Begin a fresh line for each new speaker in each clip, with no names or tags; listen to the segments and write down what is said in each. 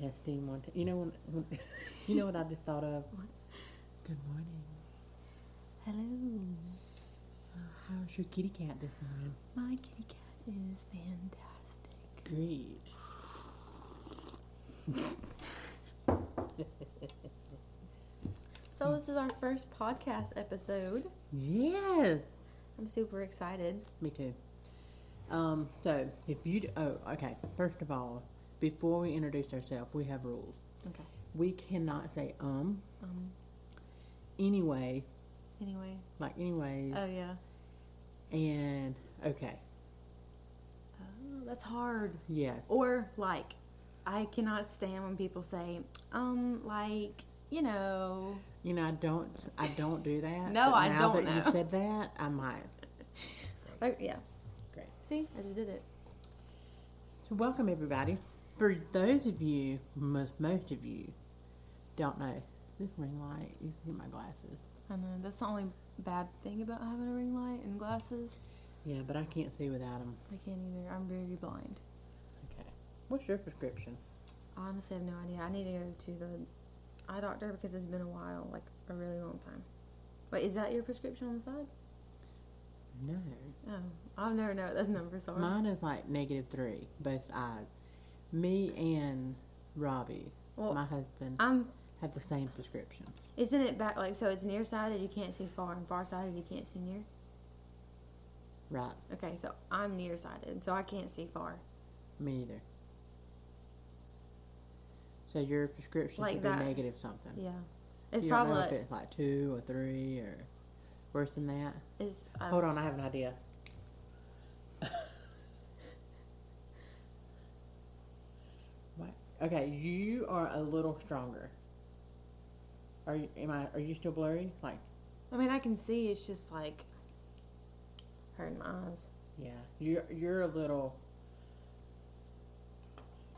that Steen Montana. You know when, when you know what I just thought of? Good morning.
Hello.
Oh, how's your kitty cat this morning?
My kitty cat is fantastic.
Great.
So this is our first podcast episode.
Yes.
I'm super excited.
Me too. Um, so if you d- oh okay. First of all, before we introduce ourselves, we have rules.
Okay.
We cannot say um,
Um.
anyway,
Anyway.
like anyways,
Oh yeah.
and okay.
Oh, that's hard.
Yeah.
Or like, I cannot stand when people say, um, like, you know.
You know, I don't I don't do that.
No,
but
I
now
don't
that
know.
you said that, I might.
Like, Oh, yeah.
Great.
See, I just did it.
So welcome everybody. For those of you, most, most of you, don't know this ring light is in my glasses.
I know uh, that's the only bad thing about having a ring light and glasses.
Yeah, but I can't see without them.
I can't either. I'm very blind.
Okay. What's your prescription?
I honestly have no idea. I need to go to the eye doctor because it's been a while, like a really long time. Wait, is that your prescription on the side?
No.
Oh, I'll never know what those numbers are.
Mine is like negative three, both eyes. Me and Robbie,
well,
my husband,
I'm.
had the same prescription.
Isn't it back like so? It's nearsighted. You can't see far, and farsighted. You can't see near.
Right.
Okay, so I'm nearsighted, so I can't see far.
Me either. So your prescription
Like
should be
that.
negative something.
Yeah, it's
you
probably
don't know if it's like two or three or worse than that.
it's. Uh,
Hold on, I have an idea. what? Okay, you are a little stronger. Are you? Am I? Are you still blurry? Like,
I mean, I can see. It's just like hurting my eyes.
yeah, you're you're a little.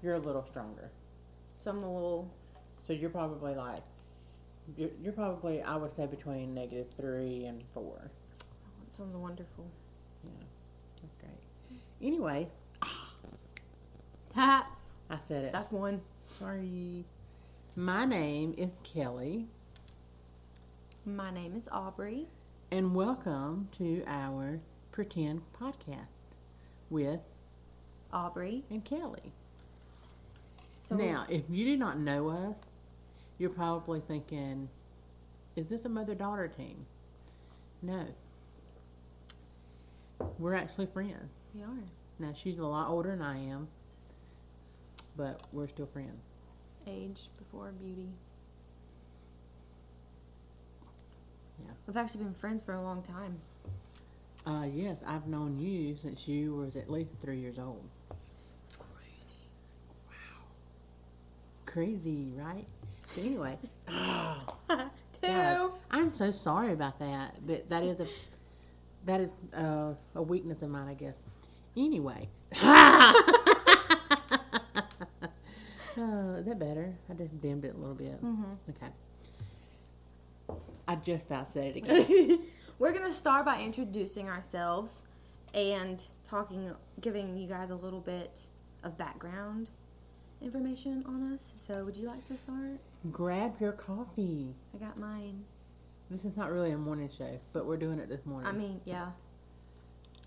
You're a little stronger,
So I'm a little.
so you're probably like, you're, you're probably I would say between negative three and four.
I want something wonderful.
Yeah, that's great. Anyway, Ah.
Ha!
I said it.
That's one.
Sorry. My name is Kelly,
My name is Aubrey.
and welcome to our Pretend Podcast with
Aubrey.
and Kelly.
So we-
now, if you do not know us, you're probably thinking, is this a mother daughter team? No. We're actually friends.
we are.
Now, she's a lot older than I am, but we're still friends.
Age before beauty.
Yeah.
We've actually been friends for a long time.
Uh, yes, I've known you since you was at least three years old.
It's crazy.
Crazy, right? But anyway, ah,
Two.
Yes. I'm so sorry about that. But that is a that is uh, a weakness of mine, I guess. Anyway, Uh, is that better? I just dimmed it a little bit.
Mm-hmm.
Okay. I just about said it again.
We're gonna start by introducing ourselves and talking, giving you guys a little bit of background information on us. So, would you like to start?
Grab your coffee.
I got mine.
This is not really a morning show, but we're doing it this morning.
I mean, yeah.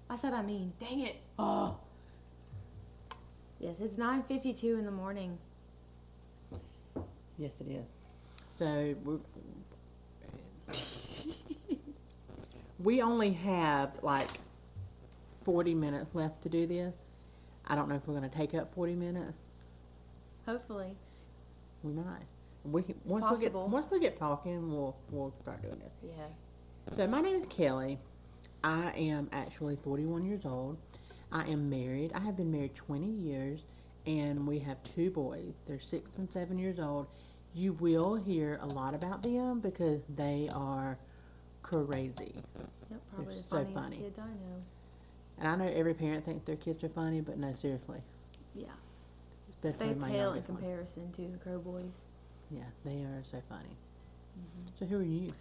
I said I mean. Dang it.
oh,
Yes, it's 9:52 in the morning.
yes, it is. So we're, we only have like 40 minutes left to do this. I don't know if we're going to take up 40 minutes.
Hopefully.
We might. We can, once we get
possible.
once we get talking, we'll we'll start doing this.
Yeah.
So my name is Kelly. I am actually 41 years old. I am married. I have been married 20 years, and we have two boys. They're six and seven years old. You will hear a lot about them because they are crazy.
Yep, probably the
so
funniest
funny.
kids I know.
And I know every parent thinks their kids are funny, but no, seriously.
Yeah.
Especially
They
my
pale in
youngest one.
comparison to the Crow Boys.
Yeah, they are so funny. So who are you?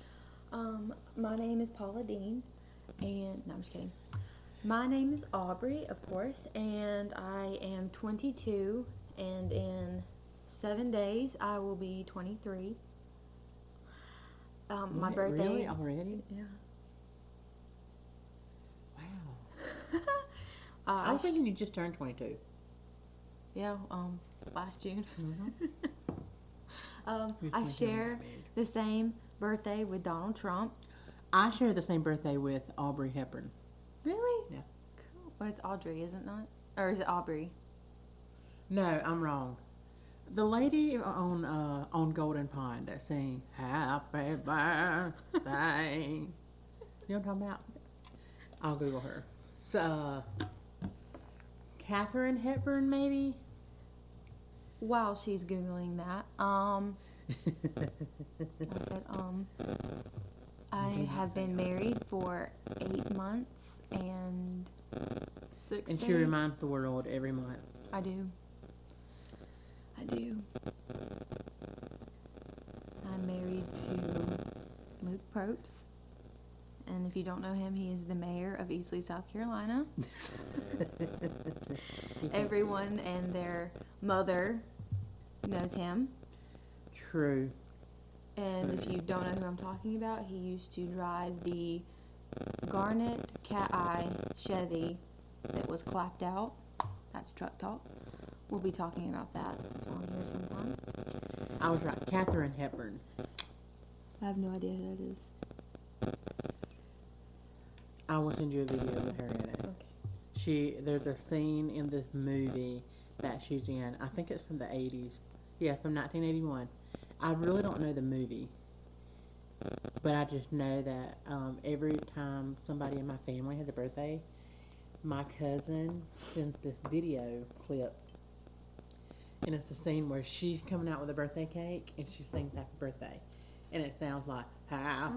Um, my name is Paula Dean, and no, I'm just kidding. My name is Aubrey, of course, and I am 22, and in seven days, I will be 23. Um, my
What,
birthday.
Really? Already?
Yeah.
Wow.
Uh,
I
I
was
sh-
thinking you just turned 22.
yeah. Um, last June.
Mhm.
um,
You're 22
I
and
share
not married.
the same birthday with Donald Trump.
I share the same birthday with Aubrey Hepburn.
Really?
Yeah.
Cool. Well, it's Audrey, isn't it? Or is it Aubrey?
No, I'm wrong. The lady on uh, on Golden Pond that sang "Happy Birthday," you know what I'm talking about? I'll Google her. So, uh, Catherine Hepburn, maybe.
While she's googling that, um, I said, um, I have been married for eight months and six.
and she
days.
reminds the world every month.
I do. I do. I'm married to Luke Probst. And if you don't know him, he is the mayor of Easley, South Carolina. Everyone and their mother knows him.
True.
And if you don't know who I'm talking about, he used to drive the Garnet Cat Eye Chevy that was clapped out. That's truck talk. We'll be talking about that on here sometime.
I was right. Catherine Hepburn.
I have no idea who that is.
I will send you a video with her in it.
Okay.
She there's a scene in this movie that she's in. I think it's from the eighties. Yeah, from nineteen eighty one. I really don't know the movie. But I just know that um, every time somebody in my family has a birthday, my cousin sends this video clip. And it's a scene where she's coming out with a birthday cake and she sings happy birthday. And it sounds like happy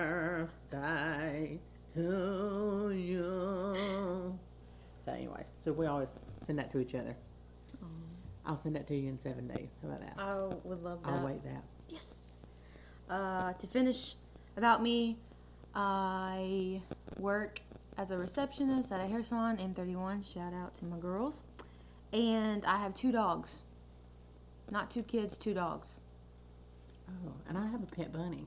birthday to you. So anyway, so we always send that to each other. I'll send that to you in seven days. How about that?
I would love that.
I'll wait that.
Yes. Uh, to finish about me, I work as a receptionist at a hair salon M31. Shout out to my girls. And I have two dogs. Not two kids, two dogs.
Oh, and I have a pet bunny.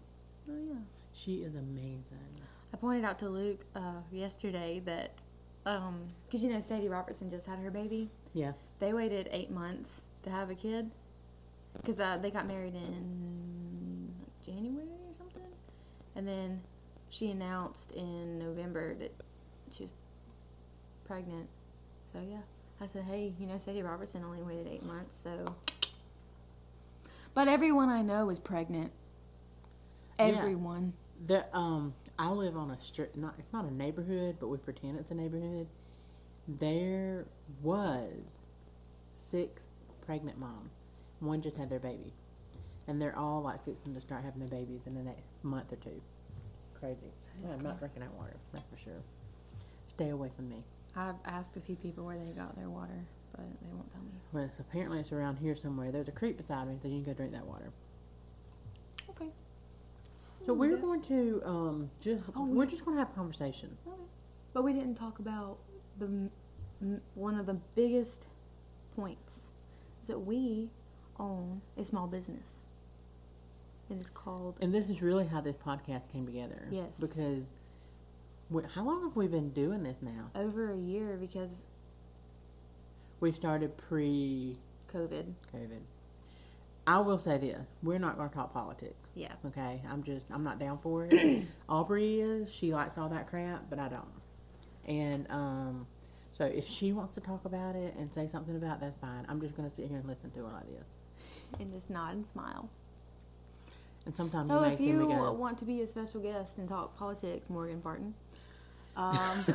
Oh yeah.
She is amazing.
I pointed out to Luke uh, yesterday that, um, cause you know Sadie Robertson just had her baby.
Yeah.
They waited eight months to have a kid, cause uh, they got married in like, January or something, and then she announced in November that she was pregnant. So yeah, I said, hey, you know Sadie Robertson only waited eight months, so. But everyone I know is pregnant.
Yeah.
Everyone.
The um, I live on a street. Not it's not a neighborhood, but we pretend it's a neighborhood. There was six pregnant moms. One just had their baby, and they're all like fixing to start having their babies in the next month or two. Crazy.
is
I'm not drinking that water. That's for sure. Stay away from me.
I've asked a few people where they got their water, but they won't tell me.
Well, it's, apparently it's around here somewhere. There's a creek beside me, so you can go drink that water.
Okay.
So we're
Okay.
going to um, just
Oh,
we're
yeah.
just going to have a conversation.
But we didn't talk about the m- m- one of the biggest points is that we own a small business. It is called
And this is really how this podcast came together.
Yes.
Because we, how long have we been doing this now?
over a year because
We started pre-COVID.
COVID.
I will say this: we're not going to talk politics.
Yeah.
Okay, I'm just I'm not down for it. Aubrey is she likes all that crap, but I don't. And um, so if she wants to talk about it and say something about it, that's fine. I'm just going to sit here and listen to her like this.
And just nod and smile.
And sometimes
So
you may
if
see
you
me go.
want to be a special guest and talk politics, Morgan Barton, um,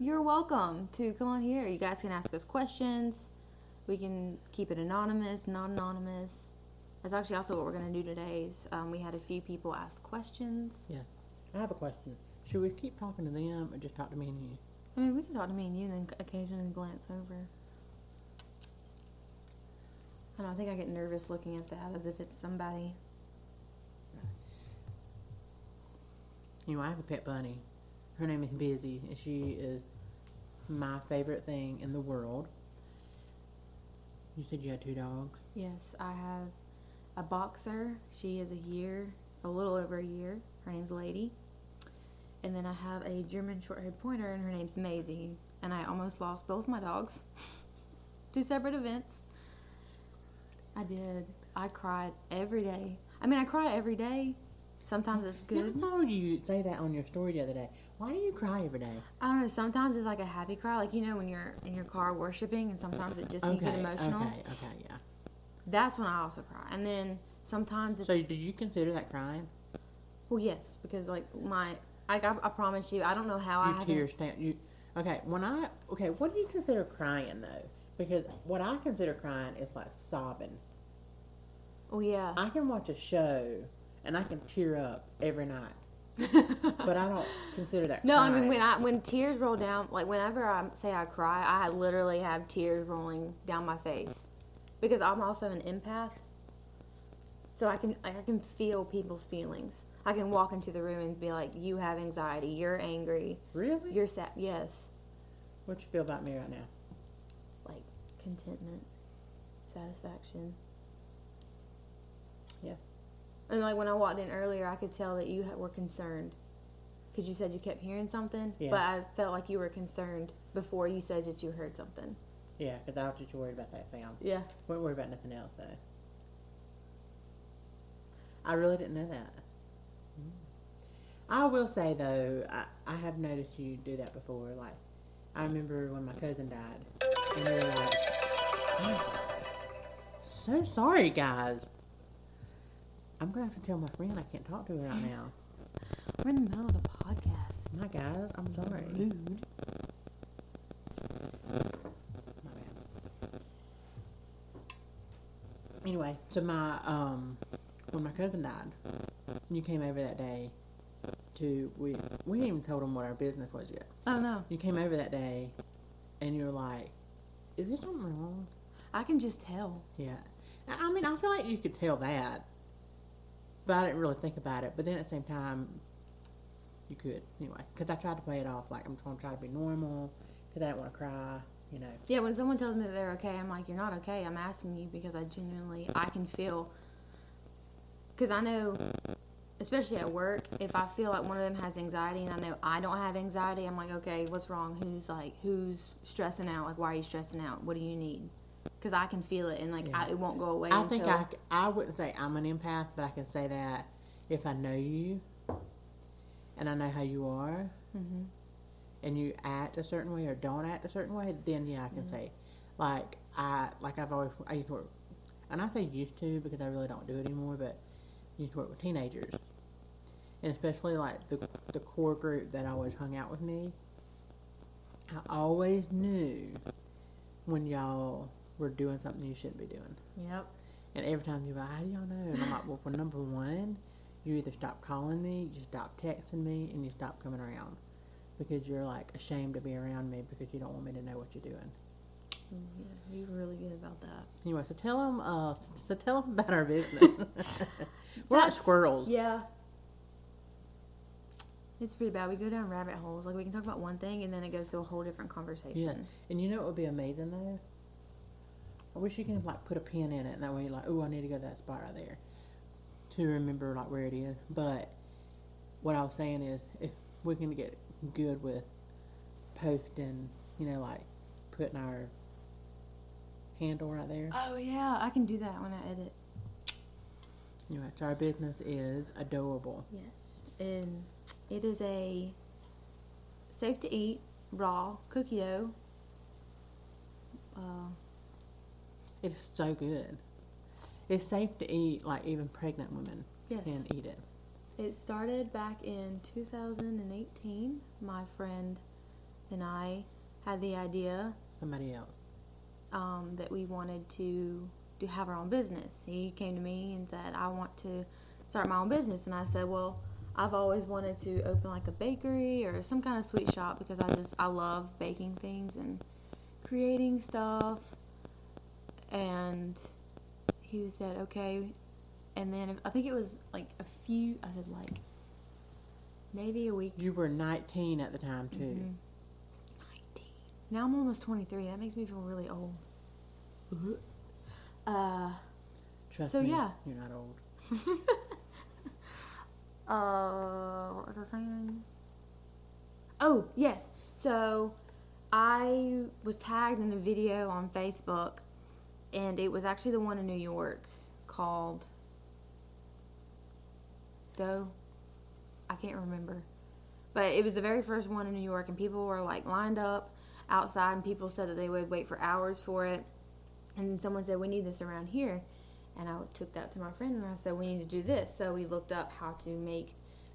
you're welcome to come on here. You guys can ask us questions. We can keep it anonymous, not anonymous. That's actually also what we're going to do today. Is, um, we had a few people ask questions.
I have a question. Should we keep talking to them or just talk to me and you?
I mean, we can talk to me and you, and then occasionally glance over. I don't think I get nervous looking at that as if it's somebody.
You know, I have a pet bunny. Her name is Busy, and she is my favorite thing in the world. You said you had two dogs.
Yes, I have a boxer. She is a year, a little over a year. Her name's Lady. And then I have a German short-haired pointer, and her name's Maisie. And I almost lost both my dogs. Two separate events. I did. I cried every day. I mean, I cry every day. Sometimes it's
Yeah,
good.
I saw you say that on your story the other day. Why do you cry every day?
I don't know. Sometimes it's like a happy cry, like you know when you're in your car worshiping, and sometimes it just you get
Okay,
emotional.
okay, okay, yeah.
That's when I also cry. And then sometimes it's
So do you consider that crying?
well, yes, because like my like I, I promise you, I don't know how Oh, I
Your
haven't.
tears stand. You okay? When I okay, what do you consider crying though? Because what I consider crying is like sobbing.
Oh yeah,
I can watch a show and I can tear up every night, but I don't consider that.
no, I
crying.
mean when I when tears roll down, like whenever I say I cry, I literally have tears rolling down my face because I'm also an empath, so I can like, I can feel people's feelings. I can walk into the room and be like, "You have anxiety. You're angry.
really,
You're sad." Yes.
what you feel about me right now?
like contentment, satisfaction.
Yeah.
And like when I walked in earlier, I could tell that you ha- were concerned because you said you kept hearing something,
Yeah.
but I felt like you were concerned before you said that you heard something.
Yeah, because I was just worried about that sound.
Yeah.
Weren't worried about nothing else though. I really didn't know that. I will say though, I, I have noticed you do that before. Like, I remember when my cousin died, and you were like, "Oh, "So sorry, guys. I'm gonna have to tell my friend I can't talk to her right now."
We're in the middle of the podcast.
My guys, I'm sorry.
Rude.
My bad. Anyway, so my um, when my cousin died, you came over that day to we we hadn't even told him what our business was yet.
Oh no,
You came over that day, and you're like, "Is there something wrong?"
I can just tell.
Yeah, I I mean, I feel like you could tell that, but I didn't really think about it. But then at the same time, you could anyway, because I tried to play it off like I'm trying to try to be normal, because I didn't want to cry, you know.
Yeah, when someone tells me that they're okay, I'm like, you're not okay. I'm asking you because I genuinely, I can feel. Because I know, especially at work, if I feel like one of them has anxiety and I know I don't have anxiety, I'm like, okay, what's wrong? Who's like, who's stressing out? Like, why are you stressing out? What do you need? Because I can feel it and like I, it won't go away.
I think
until-
I, c- I wouldn't say I'm an empath, but I can say that if I know you and I know how you are
Mhm.
and you act a certain way or don't act a certain way, then yeah, I can say like I like I've always I used to work, and I say used to because I really don't do it anymore, but used to work with teenagers, and especially like the the core group that always hung out with me. I always knew when y'all were doing something you shouldn't be doing.
Yep.
And every time you go, how do y'all know? And I'm like, well, for number one, you either stop calling me, you stop texting me, and you stop coming around because you're like ashamed to be around me because you don't want me to know what you're doing.
Mm, Yeah, you're really good about that.
Anyway, so tell them, uh, so tell them about our business. We're like
That's-
squirrels.
Yeah. It's pretty bad. We go down rabbit holes. Like, we can talk about one thing and then it goes to a whole different conversation.
Yeah. And you know what would be amazing though? I wish you could like put a pin in it, and that way you're like, oh, I need to go to that spot right there to remember like where it is. But what I was saying is, if we can get good with posting, you know, like putting our handle right there.
Oh yeah, I can do that when I edit.
Anyway, so our business is adorable.
Yes. And it is a safe to eat raw cookie dough. Uh,
It is so good. It's safe to eat. Like even pregnant women
yes.
can eat it.
It started back in 2018. My friend and I had the idea
Somebody else.
um, that we wanted to to have our own business. He came to me and said, "I want to start my own business," and I said, "Well, I've always wanted to open like a bakery or some kind of sweet shop because I just I love baking things and creating stuff." And he said, "Okay," and then I think it was like a few. I said like maybe a week.
You were 19 at the time too.
Mhm. Now I'm almost 23. That makes me feel really old. Uh,
Trust
So,
me,
yeah.
you're not old.
uh, what was I saying? Oh, yes. So I was tagged in a video on Facebook, and it was actually the one in New York called Doe. I can't remember. But it was the very first one in New York, and people were like lined up outside, and people said that they would wait for hours for it. And someone said, We need this around here. And I took that to my friend and I said, We need to do this. So we looked up how to make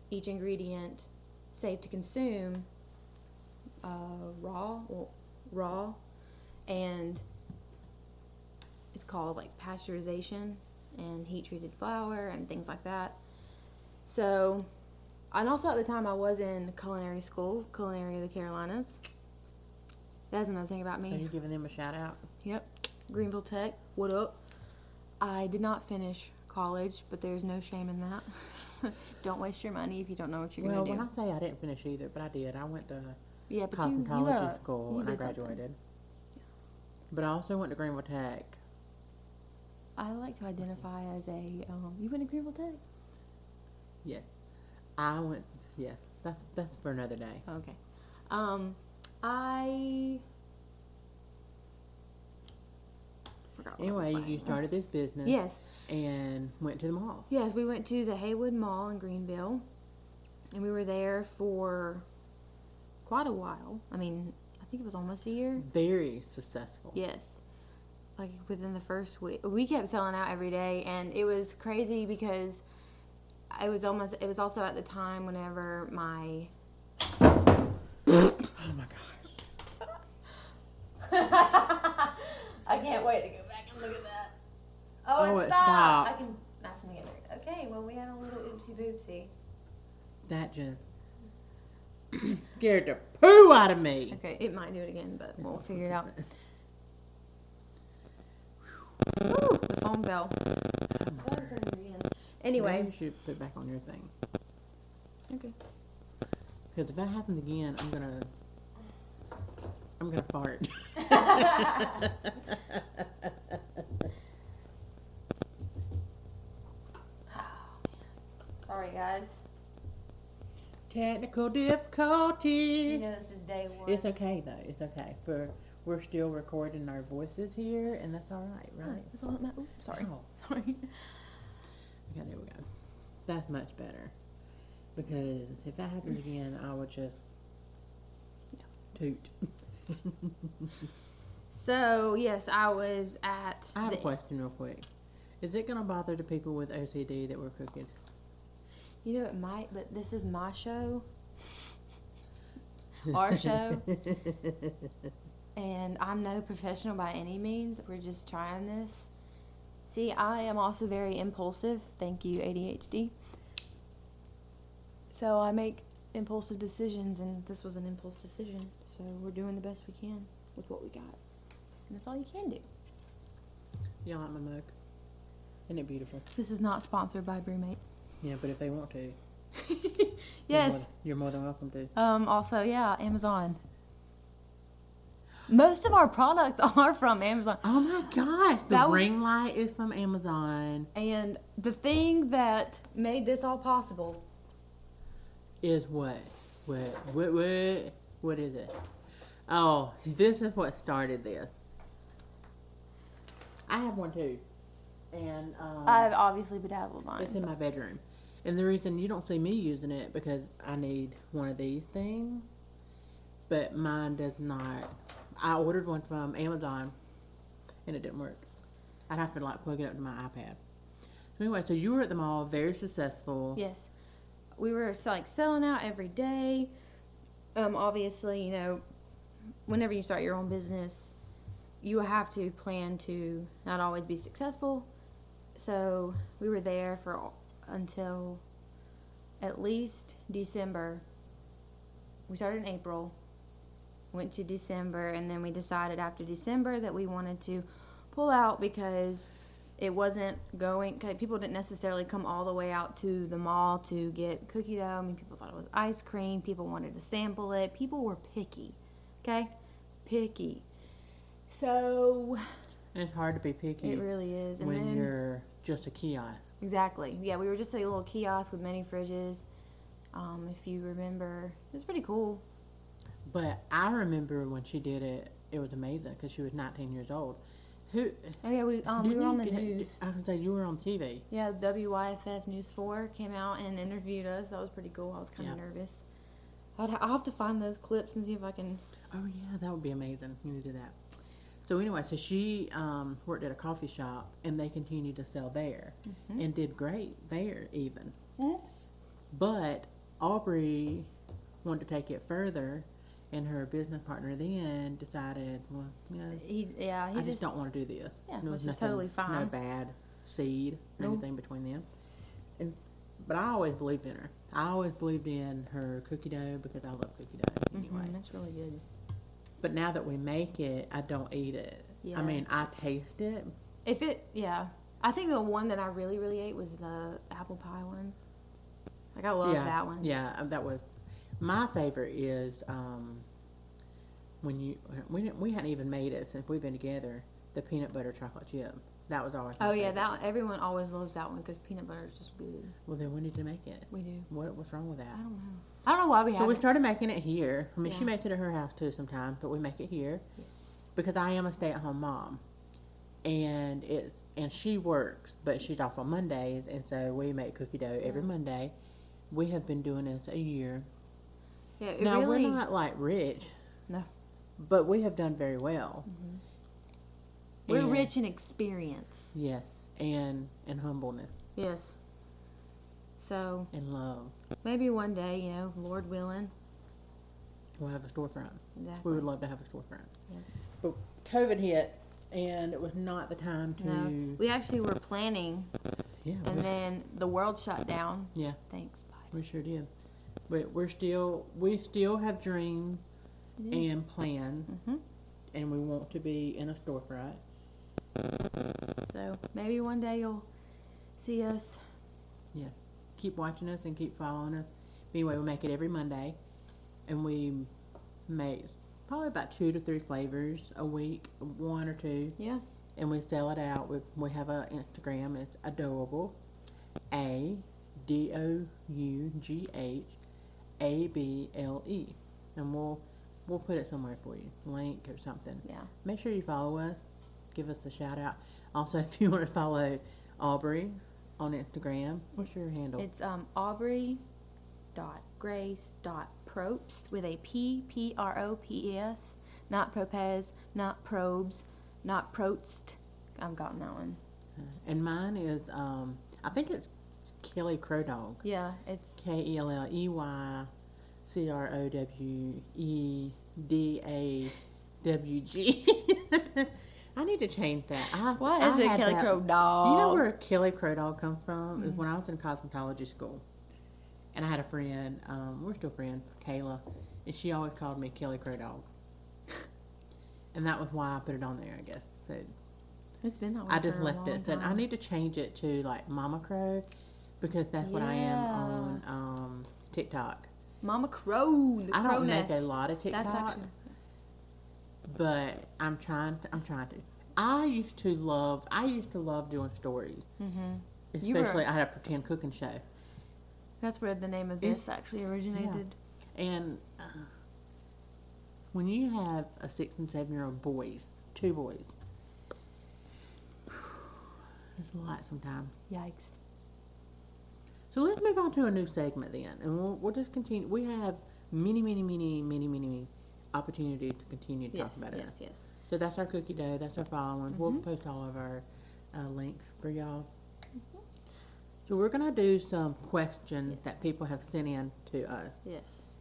each ingredient safe to consume uh, raw, or raw, and it's called like pasteurization and heat treated flour and things like that. So, and also at the time I was in culinary school, Culinary of the Carolinas. That's another thing about me.
Are you giving them a shout out?
Yep. Greenville Tech. What up? I did not finish college, but there's no shame in that. don't waste your money if you don't know what you're
well,
gonna
when
do.
I say I didn't finish either, but I did. I went to
yeah, but you, you
cosmetology
got,
school
you
and I
did something.
graduated. But I also went to Greenville Tech.
I like to identify as a um, you went to Greenville Tech.
I went, yeah, that's that's for another day.
Oh, Okay. Um, I forgot. what I was
Anyway,
saying.
you started this business
Yes.
and went to the mall.
Yes, we went to the Haywood Mall in Greenville, and we were there for quite a while. I mean, I think it was almost a year.
Very successful.
Yes, like within the first week, we kept selling out every day, and it was crazy because it was almost. It was also at the time whenever my
Oh my gosh.
I can't wait to go back and look at that. Oh,
Oh,
it
it
stopped. I
stopped.
can match them together. Okay, well, we had a little oopsie boopsie.
That just scared the poo out of me.
Okay, it might do it again, but we'll figure it out. Ooh, the phone bell. That was in the end.
Maybe
Anyway,
you should put it back on your thing.
okay.
Because if that happens again, I'm gonna, I'm gonna fart.
Sorry, guys.
Technical difficulties.
You know this is day one.
It's okay though. It's okay. For we're still recording our voices here, and that's all right, Oh.
Oh,
right?
it's all my- ooh, sorry.
Ow.
Sorry.
Okay, there we go. That's much better. Because if that happens again, I would just toot.
So, yes, I was at.
I have a
the-
question real quick. Is it gonna bother the people with OCD that we're cooking?
You know, it might, but this is my show. Our show. and I'm no professional by any means. We're just trying this. See, I am also very impulsive. Thank you, ADHD. So I make impulsive decisions, and this was an impulse decision. So we're doing the best we can with what we got. And that's all you can do.
Y'all like my mug? Isn't it beautiful?
This is not sponsored by Brewmate.
Yeah, but if they want to, you're
yes.
more than- you're more than welcome to.
Um, also, yeah, Amazon. Most of our products are from Amazon.
Oh my gosh, the
That was-
ring light is from Amazon.
And the thing that made this all possible,
is what? What? What? What? What is it? Oh, this is what started this. I have one too, and um,
I've obviously bedazzled mine.
it's in my bedroom. And the reason you don't see me using it because I need one of these things, but mine does not. I ordered one from Amazon, and it didn't work. I'd have to like plug it up to my iPad. So anyway, so you were at the mall, very successful.
Yes. We were s- like selling out every day. Um, obviously, you know, whenever you start your own business, you have to plan to not always be successful. So we were there for all- until at least December. We started in April, went to December, and then we decided after December that we wanted to pull out because it wasn't going 'cause people didn't necessarily come all the way out to the mall to get cookie dough i mean people thought it was ice cream people wanted to sample it people were picky okay picky so
And it's hard to be picky
It really is. And
when
then,
you're just a kiosk.
Exactly. Yeah, we were just a little kiosk with many fridges. Um, if you remember, it was pretty cool.
But I remember when she did it, it was amazing because she was 19 years old. Who?
Oh yeah, we um, we
didn't
were on
you
the
get-
news.
I was say you were on TV.
Yeah, WYFF News Four came out and interviewed us. That was pretty cool. I was kind
Yeah.
of nervous. I'd ha- I'll have to find those clips and see if I can.
Oh yeah, that would be amazing. You need to do that. So anyway, so she um, worked at a coffee shop, and they continued to sell there,
Mm-hmm.
and did great there even. But Aubrey wanted to take it further, and her business partner then decided, well, you know,
He yeah he
I just, don't want to do this.
Yeah,
There
which
was
is
nothing-
totally
No
fine.
bad seed or
Nope.
anything between them. And but I always believed in her. I always believed in her cookie dough because I love cookie dough
Mhm,
anyway.
that's really good.
But now that we make it, I don't eat it.
Yeah.
I mean, I taste it.
If it yeah, I think the one that I really really ate was the apple pie one. Like I love
yeah,
that one.
Yeah, uh, that was my favorite. Is um, when you we didn't, we hadn't even made it since we've been together. The peanut butter chocolate chip. That was always. my
Oh yeah,
favorite.
that one, everyone always loves that one because peanut butter is just good.
Well, then we need to make it.
We do.
What was wrong with that?
I don't know. I don't know why we
So
have
we
it.
started making it here. I mean,
Yeah.
she makes it at her house too sometimes, but we make it here
Yes.
because I am a stay-at-home mom, and it's and she works, but she's off on Mondays, and so we make cookie dough every
Yeah.
Monday. We have been doing this a year.
Yeah, it
now
really.
we're not like rich,
No. Mm-hmm.
but we have done very well.
We're
and-
rich in experience.
Yes, and and humbleness
Yes. So
and love.
maybe one day, you know, Lord willing,
We'll have a storefront. We
exactly.
would love to have a storefront.
Yes.
But COVID hit, and it was not the time to.
No, we actually were planning,
Yeah, we
and then the world shut down.
Mm-hmm. Yeah.
Thanks, Biden.
We sure did. But we're still we still have dreams
Yeah.
and plans
hmm
and we want to be in a storefront.
So maybe one day you'll see us.
Keep watching us and keep following us. Anyway, we make it every Monday and we make probably about two to three flavors a week, one or two,
Yeah.
and we sell it out. We, we have a Instagram. It's adorable. A D O U G H A B L E. And we'll we'll put it somewhere for you. Link or something.
Yeah.
make sure you follow us. Give us a shout out. Also, if you want to follow Aubrey on Instagram, what's your handle?
It's um Aubrey dot Grace dot Propes with a P P R O P E S, not Propez, not Probes, not Protst. I've gotten that one.
and mine is, um, I think it's Kelly Crow Dog.
Yeah, it's
K E L L E Y C R O W E D A W G. I need to change that. I,
what
I
is it?
had that-
Calico
Do
dog.
you know where Kelly Crow Dog comes from? Is when I was in cosmetology school, and I had a friend. Um, we're still friends, Kayla, and she always called me Kelly Crow Dog, and that was why I put it on there. I guess so.
it's been that way
I just
for a
left
long
it. Said I
time.
need to change it to like Mama Crow, because that's what I am
Yeah.
on um, TikTok.
Mama Crow. The
I
crow
don't
nest.
make a lot of TikTok,
That's actually
but I'm trying. To, I'm trying to. I used to love. I used to love doing stories,
hmm You were-
especially I had a pretend cooking show.
that's where the name of
It's-
this actually originated.
And uh, when you have a six and seven year old boys, two boys, it's a lot sometimes.
Yikes.
So let's move on to a new segment then, and we'll, we'll just continue. We have many, many, many, many, many opportunities to continue to
Yes.
talk about
Yes.
it.
Yes.
So that's our cookie dough. That's our following. We'll
Mhm.
post all of our uh, links for y'all. So we're gonna do some questions
Yes.
that people have sent in to us,
Yes.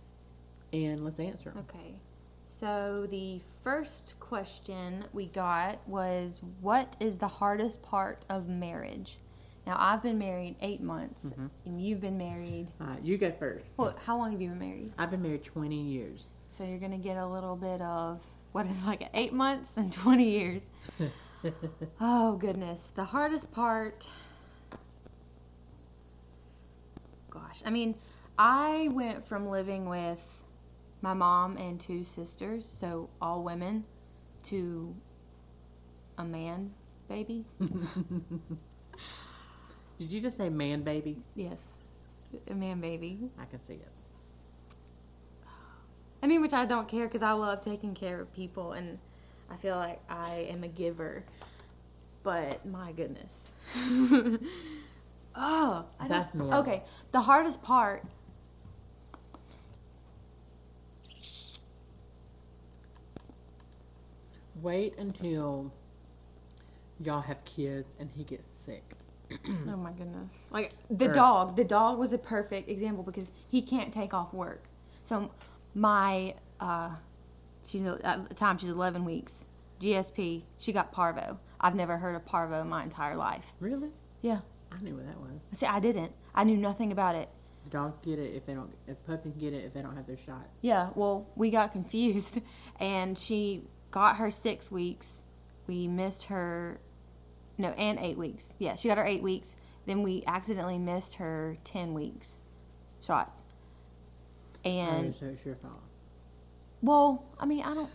and let's answer 'em.
Okay. So the first question we got was what is the hardest part of marriage? Now I've been married 8 months
Mhm.
and you've been married
All right, you go first.
well, how long have you been married?
I've been married 20 years.
So you're going to get a little bit of what is like 8 months and 20 years. oh goodness. The hardest part Gosh. I mean, I went from living with my mom and two sisters, so all women, to a man baby.
Did you just say man baby?
Yes, a man baby.
I can see it.
I mean, which I don't care because I love taking care of people and I feel like I am a giver. But my goodness. oh, I
That's
don't,
normal.
okay. The hardest part.
Wait until y'all have kids and he gets sick.
oh my goodness. Like the
Or-
dog. The dog was a perfect example because he can't take off work. So my uh, she's at the time she's 11 weeks. GSP. She got parvo. I've never heard of parvo in my entire life.
Really?
Yeah.
I knew what that was.
See, I didn't. I knew nothing about it.
Dogs get it if they don't. If puppies get it if they don't have their shot.
Yeah, well, we got confused, and she got her six weeks. We missed her, no, and eight weeks. Yeah, she got her eight weeks. Then we accidentally missed her ten weeks shots. And
Oh, so it's your fault.
well, I mean, I don't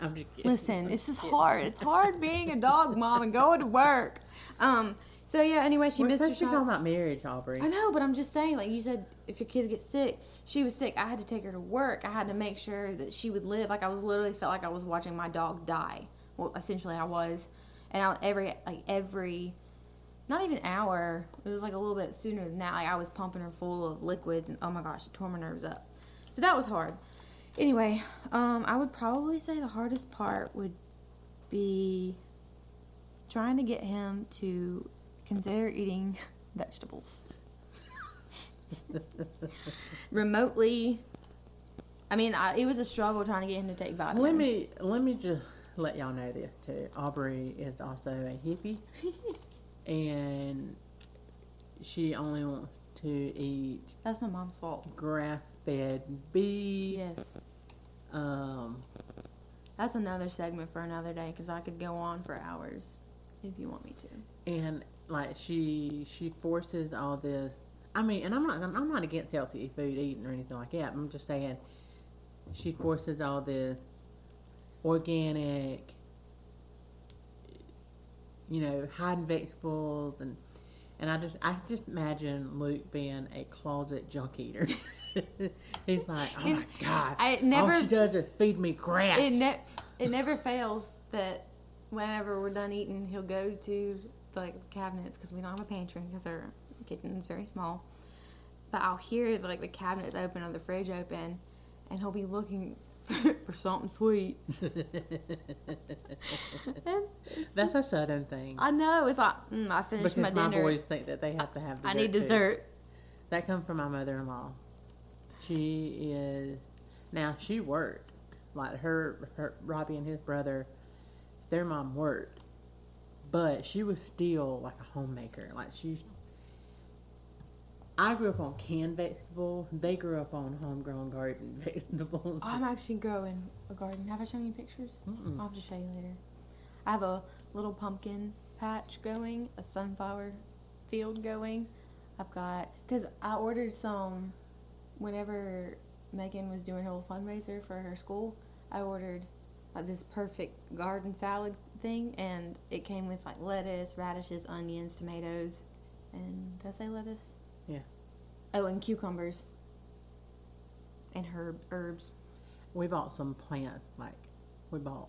I'm just kidding.
listen. This is hard. It's hard being a dog mom and going to work. Um. So yeah. Anyway, she
Well,
missed her
first you're talking
shots.
about marriage, Aubrey.
I know, but I'm just saying, like you said, if your kids get sick, she was sick. I had to take her to work. I had to make sure that she would live. Like I was literally felt like I was watching my dog die. Well, essentially, I was, and I, every like every, not even hour. It was like a little bit sooner than that. Like I was pumping her full of liquids, and oh my gosh, it tore my nerves up. So that was hard. Anyway, um, I would probably say the hardest part would be trying to get him to consider eating vegetables remotely. I mean, I, it was a struggle trying to get him to take vitamins.
Let me let me just let y'all know this too. Aubrey is also a hippie, and she only wants to eat
That's my mom's fault.
grass-fed beef.
Yes,
Um,
that's another segment for another day because I could go on for hours if you want me to.
and like she she forces all this. I mean, and I'm not I'm not against healthy food eating or anything like that. I'm just saying she forces all this organic, you know, hiding vegetables and and I just I just imagine Luke being a closet junk eater. He's like, oh my god,
I never.
all she does is feed me grass.
it ne- it never fails that whenever we're done eating, he'll go to like the cabinets because we don't have a pantry because our kitchen is very small. But I'll hear like the cabinets open or the fridge open, and he'll be looking for something sweet. And it's
That's
just-
a southern thing.
I know. It's like mm, I
because
finished
my,
my dinner.
boys think that they have to have. Dessert
I need
too.
dessert.
That comes from my mother in law. She is now she worked. Like her her Robbie and his brother, their mom worked. But she was still like a homemaker. Like she's I grew up on canned vegetables. They grew up on homegrown garden vegetables.
Oh, I'm actually growing a garden. Have I shown you pictures?
Mm-mm.
I'll have to show you later. I have a little pumpkin patch going, a sunflower field going. I've got because I ordered some whenever Megan was doing her little fundraiser for her school. I ordered like this perfect garden salad thing, and it came with like lettuce, radishes, onions, tomatoes, and did I say lettuce?
Yeah.
Oh, and cucumbers and herb herbs.
We bought some plants, like we bought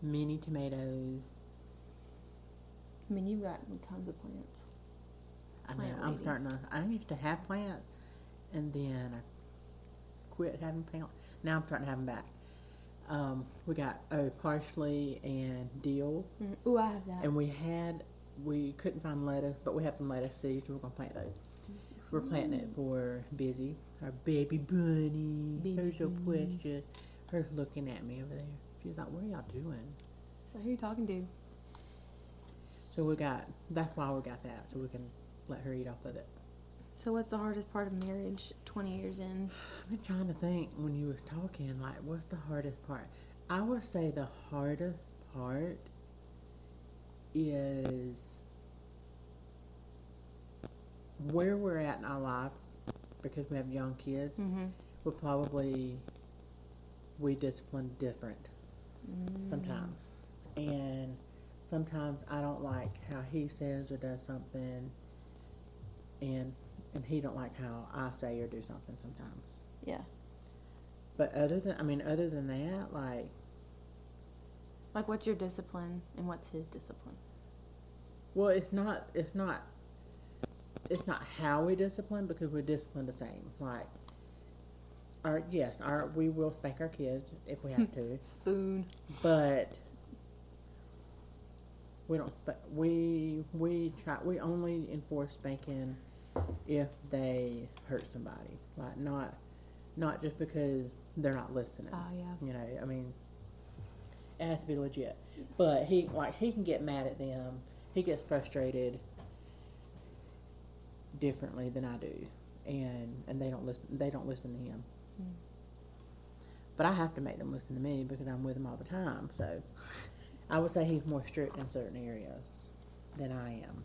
mini tomatoes.
I mean, you've got tons of plants.
I mean,
Plant
I'm
lady.
starting to. I used to have plants, and then I quit having plants. Now I'm starting to have them back. Um, we got oh parsley and dill,
Mm. Ooh, I have that.
and we had we couldn't find lettuce, but we have some lettuce seeds. We're gonna plant those. We're planting it for Busy, our baby bunny.
Mm. Baby
Her so
bunny.
precious. Her looking at me over there. She's like, "What are y'all doing?"
So who you talking to?
So we got. That's why we got that, so we can let her eat off of it.
So what's the hardest part of marriage? Twenty years in.
I've been trying to think when you were talking, like, what's the hardest part? I would say the hardest part is where we're at in our life because we have young kids.
Mm-hmm.
We're
Mm-hmm.
probably, we discipline different sometimes. and sometimes I don't like how he says or does something, and and he don't like how I say or do something sometimes.
Yeah.
But other than I mean, other than that, like
Like, what's your discipline and what's his discipline?
Well, it's not. It's not. It's not how we discipline because we're disciplined the same. Like, our yes, our we will spank our kids if we have to,
Spoon.
but we don't. But we we try. We only enforce spanking if they hurt somebody. Like not not just because they're not listening.
Oh, yeah.
You know, I mean, it has to be legit. But he like he can get mad at them. He gets frustrated differently than I do, and and they don't listen. They don't listen to him.
Mm.
But I have to make them listen to me because I'm with them all the time. So I would say he's more strict in certain areas than I am.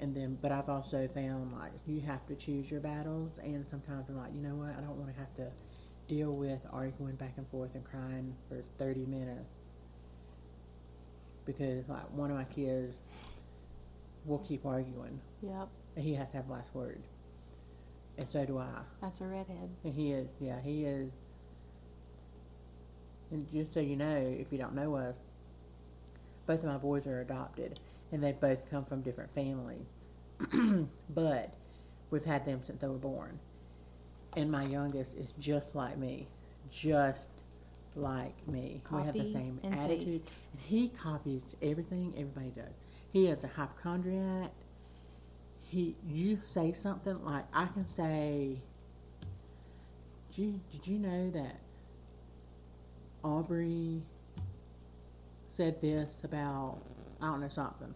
And then, but I've also found like you have to choose your battles, and sometimes I'm like, you know what, I don't want to have to deal with arguing back and forth and crying for 30 minutes because like one of my kids will keep arguing
Yep.
and he has to have the last word and so do i
That's a redhead.
and he is yeah he is and just so you know if you don't know us both of my boys are adopted and they both come from different families but we've had them since they were born and my youngest is just like me just like me we have the
Copy
same
and
attitude
paste.
and he copies everything everybody does he is a hypochondriac he you say something like i can say Gee, did you know that Aubrey said this about I don't know something,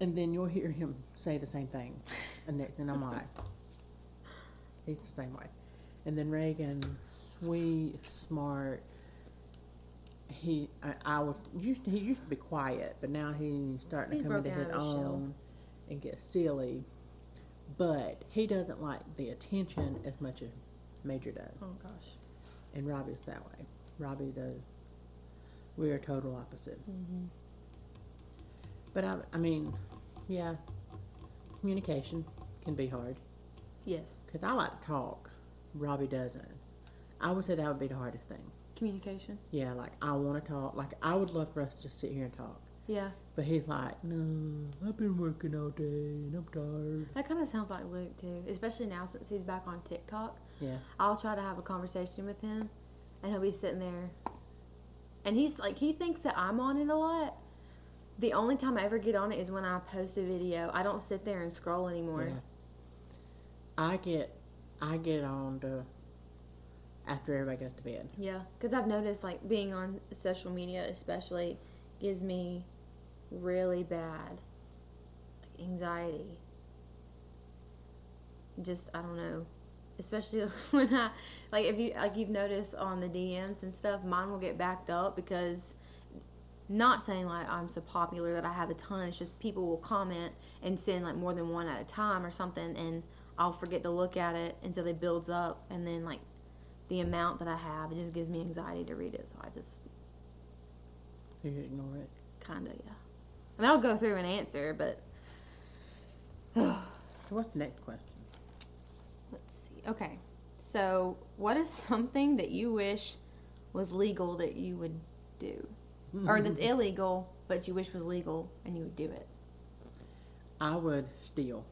and then you'll hear him say the same thing, and next and I'm like, he's the same way, and then Reagan, sweet, smart. He, I, I was used. To, he used to be quiet, but now he's starting
He's
to come into
broken
his
out of his shell.
own and get silly. But he doesn't like the attention as much as Major does.
Oh, gosh.
And Robbie's that way. Robbie does. We are total opposite.
hmm
But I, I mean, yeah, communication can be hard
Yes.
because I like to talk. Robbie doesn't. I would say that would be the hardest thing.
Communication.
Yeah, like I want to talk. Like I would love for us to sit here and talk.
Yeah.
But he's like, no, I've been working all day and I'm tired.
That kind of sounds like Luke, too. Especially now since he's back on TikTok.
Yeah,
I'll try to have a conversation with him, and he'll be sitting there. And he's like, he thinks that I'm on it a lot. The only time I ever get on it is when I post a video. I don't sit there and scroll anymore.
Yeah. I get, I get on to after everybody goes to bed.
Yeah, because I've noticed like being on social media, especially, gives me really bad like, anxiety. Just I don't know, especially when I like if you like you've noticed on the DMs and stuff, mine will get backed up because not saying like I'm so popular that I have a ton. It's just people will comment and send like more than one at a time or something, and I'll forget to look at it until it builds up, and then like the amount that I have, it just gives me anxiety to read it. So I just
You should ignore it.
kind of yeah. I mean, I'll go through and answer, but
So what's the next question?
let's see. Okay, so what is something that you wish was legal that you would do, or that's illegal but you wish was legal and you would do it?
I would steal.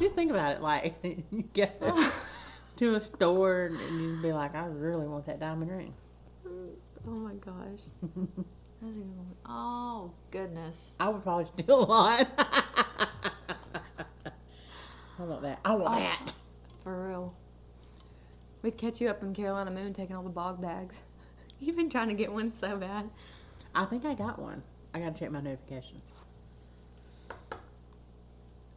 you think about it, like you get to a store and you'd be like, I really want that diamond ring.
Oh my gosh. That's a good one. Oh goodness.
I would probably steal a lot. I want that. I want
Oh.
that.
For real. We'd catch you up in Carolina Moon taking all the bog bags. You've been trying to get one so bad.
I think I got one. I gotta check my notifications.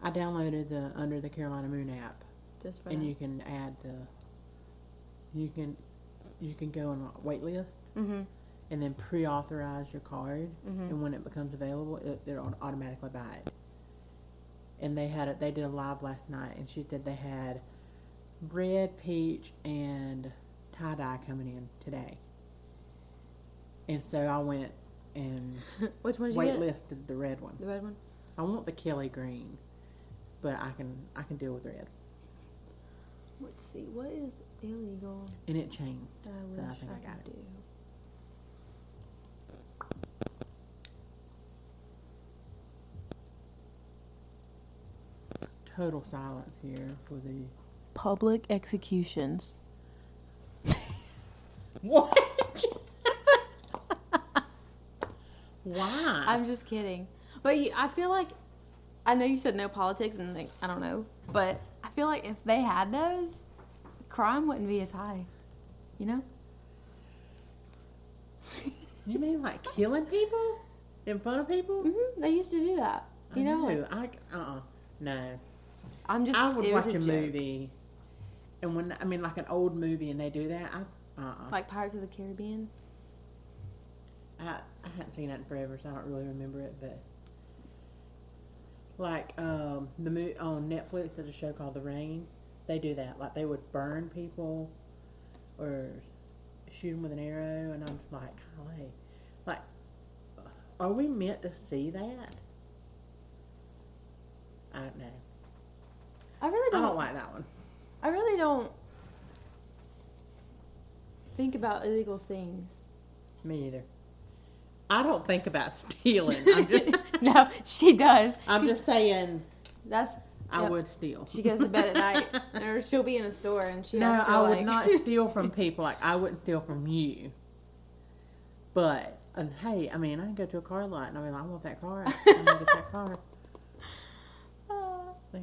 I downloaded the Under the Carolina Moon app.
Just for
and you can add the you can you can go on a wait list
Mm-hmm.
and then pre-authorize your card
Mhm.
and when it becomes available it, it'll automatically buy it and they had it they did a live last night and she said they had red peach and tie dye coming in today. And so I went and
Which one did you get?
waitlisted the red one.
The red one.
I want the Kelly green, but I can I can deal with red.
Let's see. What is illegal?
And it changed.
that I
So I
wish I,
think I got
could do.
Total silence here for the
Public executions.
what? Why?
I'm just kidding. But you, I feel like I know you said no politics, and like, I don't know, but I feel like if they had those, crime wouldn't be as high. You know?
you mean like killing people in front of people?
hmm They used to do that. You
I
know?
know. I uh uh no.
Mm-hmm. I'm just.
I would
it was
watch a,
joke.
movie, and when I mean like an old movie, and they do that. I uh uh
like Pirates of the Caribbean.
I, I haven't seen that in forever, so I don't really remember it. But like um, the mo- on Netflix, there's a show called The Rain. They do that. Like they would burn people or shoot them with an arrow, and I'm just like, golly, like, are we meant to see that? I don't know.
I really
I
don't.
don't like that one.
I really don't think about illegal things.
Me either. I don't think about stealing. I'm just,
no, she does.
I'm just saying,
That's
I
Yep.
would steal.
she goes to bed at night, or she'll be in a store and she
No,
has to
I
like.
would not steal from people. Like I wouldn't steal from you. But and hey, I mean, I can go to a car lot and I mean, I want that car. I'm gonna get that car. Like,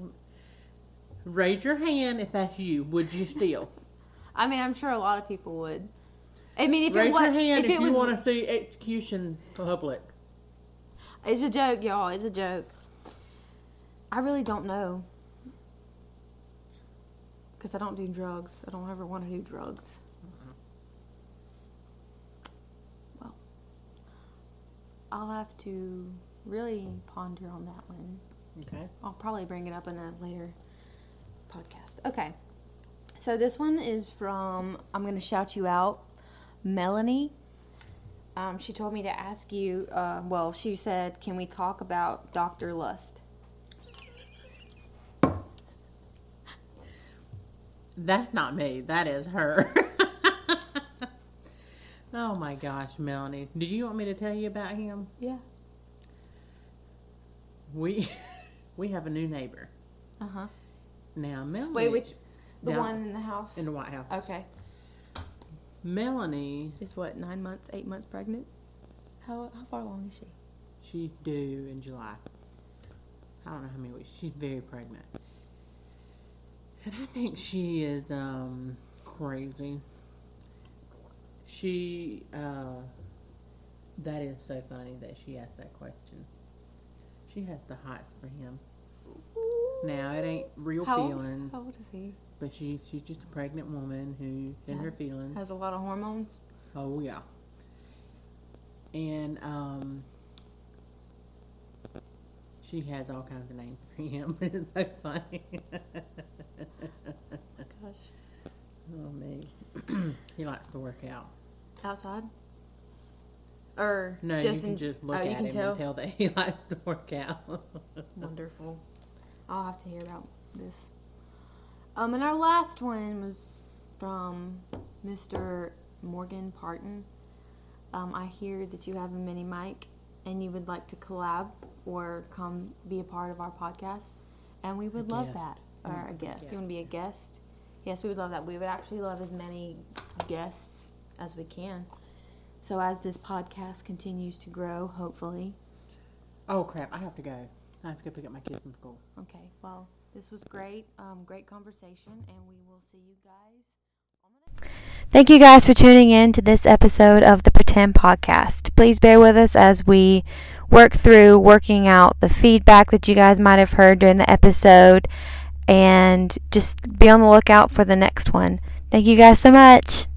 Raise your hand if that's you. Would you steal?
I mean, I'm sure a lot of people would. I mean, if
Raise
it was,
your hand
if,
if,
it
you
was,
want to see execution public.
it's a joke, y'all. It's a joke. I really don't know because I don't do drugs. I don't ever want to do drugs. Well, I'll have to really ponder on that one.
Okay.
I'll probably bring it up in a later podcast. Okay. So this one is from I'm gonna shout you out, Melanie. Um, she told me to ask you. Uh, well, she said, "Can we talk about Doctor Lust?"
That's not me. That is her. oh my gosh, Melanie. Did you want me to tell you about him?
Yeah.
We we have a new neighbor
Uh huh.
now. Melanie.
Wait, which the
Yeah.
one in the house?
in the White House.
okay.
Melanie,
Is what nine months, eight months pregnant? How how far along is she?
she's due in July. I don't know how many weeks. She's very pregnant. And I think she is um, crazy. She, uh, that is so funny that she asked that question. She has the hots for him. Now, it ain't real
How old-
feelings,
How old is he?
but she, she's just a pregnant woman who's in her feelings.
Has a lot of hormones.
Oh yeah. And um, she has all kinds of names for him. it's so funny.
Gosh.
oh me. he likes to work out.
Outside? Or
No,
just
you can
in-
just look
oh,
at
you
him
can tell?
and tell that he likes to work out.
Wonderful. I'll have to hear about this. Um, and our last one was from Mr. Morgan Parton. Um, I hear that you have a mini mic and you would like to collab or come be a part of our podcast. And we would
A
love
guest.
that. Or a guest.
guest.
You want to be a guest? Yes, we would love that. We would actually love as many guests as we can. So as this podcast continues to grow, hopefully,
oh crap! I have to go. I have to go pick up my kids from school.
Okay, well, this was great. Um, great conversation, and we will see you guys on the next.
Thank you guys for tuning in to this episode of the Pretend Podcast. Please bear with us as we work through working out the feedback that you guys might have heard during the episode and just be on the lookout for the next one. Thank you guys so much.